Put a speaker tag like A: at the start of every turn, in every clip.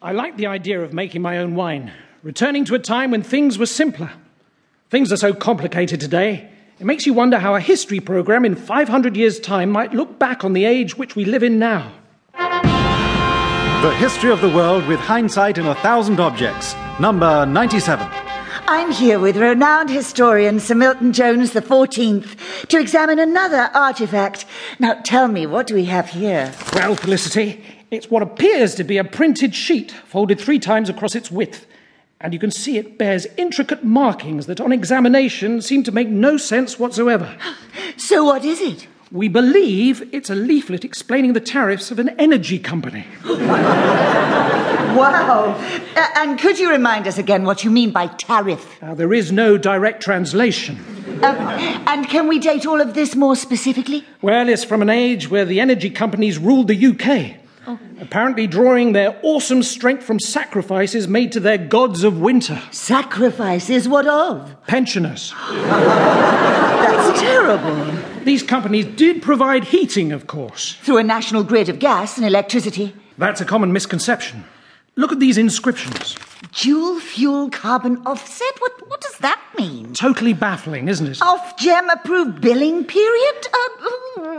A: I like the idea of making my own wine, returning to a time when things were simpler. Things are so complicated today, it makes you wonder how a history program in 500 years' time might look back on the age which we live in now.
B: The History of the World with Hindsight in a Thousand Objects, number 97.
C: I'm here with renowned historian Sir Milton Jones the Fourteenth to examine another artifact. Now tell me, what do we have here?
A: Well, Felicity, it's what appears to be a printed sheet folded three times across its width. And you can see it bears intricate markings that, on examination, seem to make no sense whatsoever.
C: So what is it?
A: We believe it's a leaflet explaining the tariffs of an energy company.
C: Wow. Uh, and could you remind us again what you mean by tariff?
A: Now, there is no direct translation.
C: Um, and can we date all of this more specifically?
A: Well, it's from an age where the energy companies ruled the UK, apparently drawing their awesome strength from sacrifices made to their gods of winter,
C: Sacrifices, what of?
A: pensioners.
C: That's terrible.
A: These companies did provide heating, of course.
C: Through a national grid of gas and electricity,
A: That's a common misconception. Look at these inscriptions.
C: dual fuel carbon offset? What, what does that mean?
A: Totally baffling, isn't it?
C: Off gem approved billing period? Uh,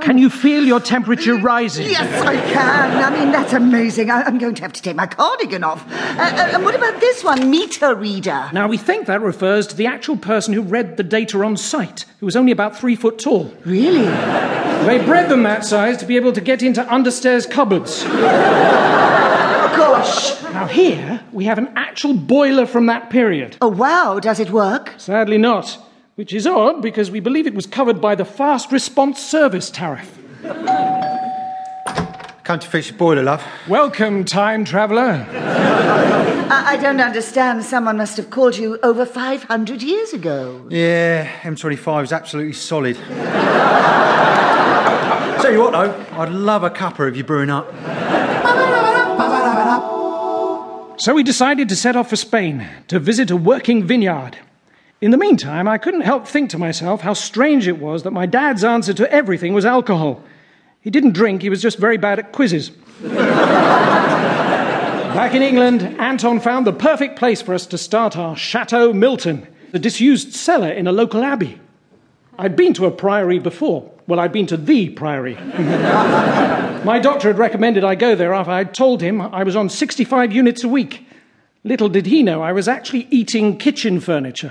A: Can you feel your temperature rising?
C: Yes, I can. I mean, that's amazing. I, I'm going to have to take my cardigan off. Uh, uh, and what about this one, meter reader?
A: Now, we think that refers to the actual person who read the data on site, who was only about three foot tall.
C: Really? Oh,
A: They bred them that size to be able to get into understairs cupboards.
C: Oh, gosh.
A: Now, here we have an actual boiler from that period.
C: Oh, wow. Does it work?
A: Sadly, not. Which is odd because we believe it was covered by the fast response service tariff.
B: Can't you fix your boiler, love?
A: Welcome, time traveller.
C: I, I don't understand. Someone must have called you over 500 years ago.
B: Yeah, M25 is absolutely solid. Tell you what, though, I'd love a cuppa if you're brewing up.
A: So we decided to set off for Spain to visit a working vineyard. In the meantime, I couldn't help think to myself how strange it was that my dad's answer to everything was alcohol. He didn't drink, he was just very bad at quizzes. Back in England, Anton found the perfect place for us to start our Chateau Milton, the disused cellar in a local abbey. I'd been to a priory before. Well, I'd been to the priory. My doctor had recommended I go there after I'd told him I was on 65 units a week. Little did he know I was actually eating kitchen furniture.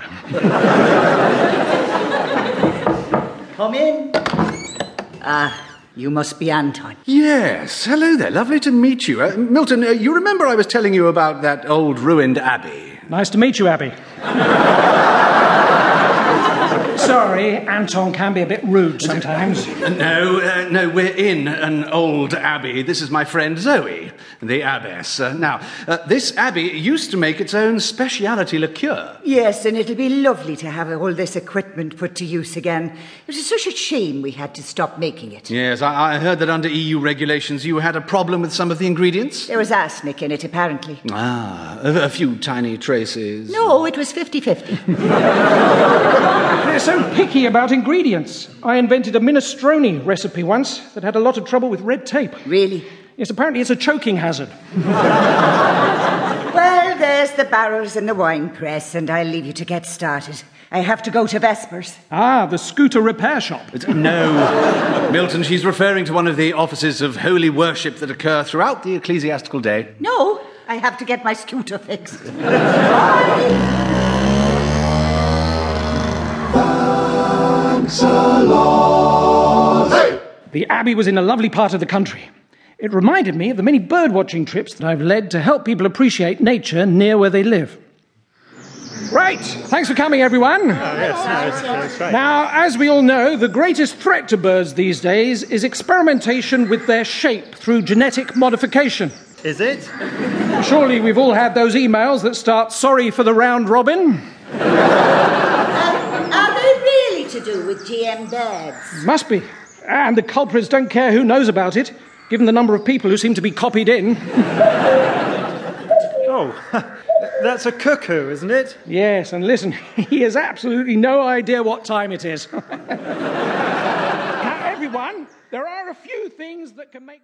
C: Come in. Ah, you must be Anton.
D: Yes, hello there. Lovely to meet you. Uh, Milton, uh, you remember I was telling you about that old ruined abbey?
A: Nice to meet you, Abby. Sorry, Anton can be a bit rude sometimes.
D: Uh, No, uh, no, we're in an old abbey. This is my friend Zoe, the abbess. Uh, now, uh, this abbey used to make its own speciality liqueur.
C: Yes, and it'll be lovely to have all this equipment put to use again. It was such a shame we had to stop making it.
D: Yes, I, I heard that under EU regulations you had a problem with some of the ingredients.
C: There was arsenic in it, apparently.
D: Ah, a, a few tiny traces.
C: No, it was 50 50.
A: They're so picky about ingredients. I invented a minestrone recipe once that had a lot of trouble with red tape.
C: really?
A: Yes, apparently it's a choking hazard.
C: Well, there's the barrels and the wine press, and I'll leave you to get started. I have to go to Vespers.
A: Ah, the scooter repair shop.
D: It's- No, Milton, she's referring to one of the offices of holy worship that occur throughout the ecclesiastical day.
C: No, I have to get my scooter fixed.
A: The Abbey was in a lovely part of the country. It reminded me of the many bird watching trips that I've led to help people appreciate nature near where they live. Right, thanks for coming,
E: Oh,
A: everyone. Now, as we all know, the greatest threat to birds these days is experimentation with their shape through genetic modification.
E: Is it?
A: Surely we've all had those emails that start, sorry for the round robin.
C: Are they really to do with GM birds?
A: Must be. And the culprits don't care who knows about it, given the number of people who seem to be copied in.
E: Oh, that's a cuckoo, isn't it?
A: Yes, and listen, he has absolutely no idea what time it is. now, everyone, there are a few things that can make.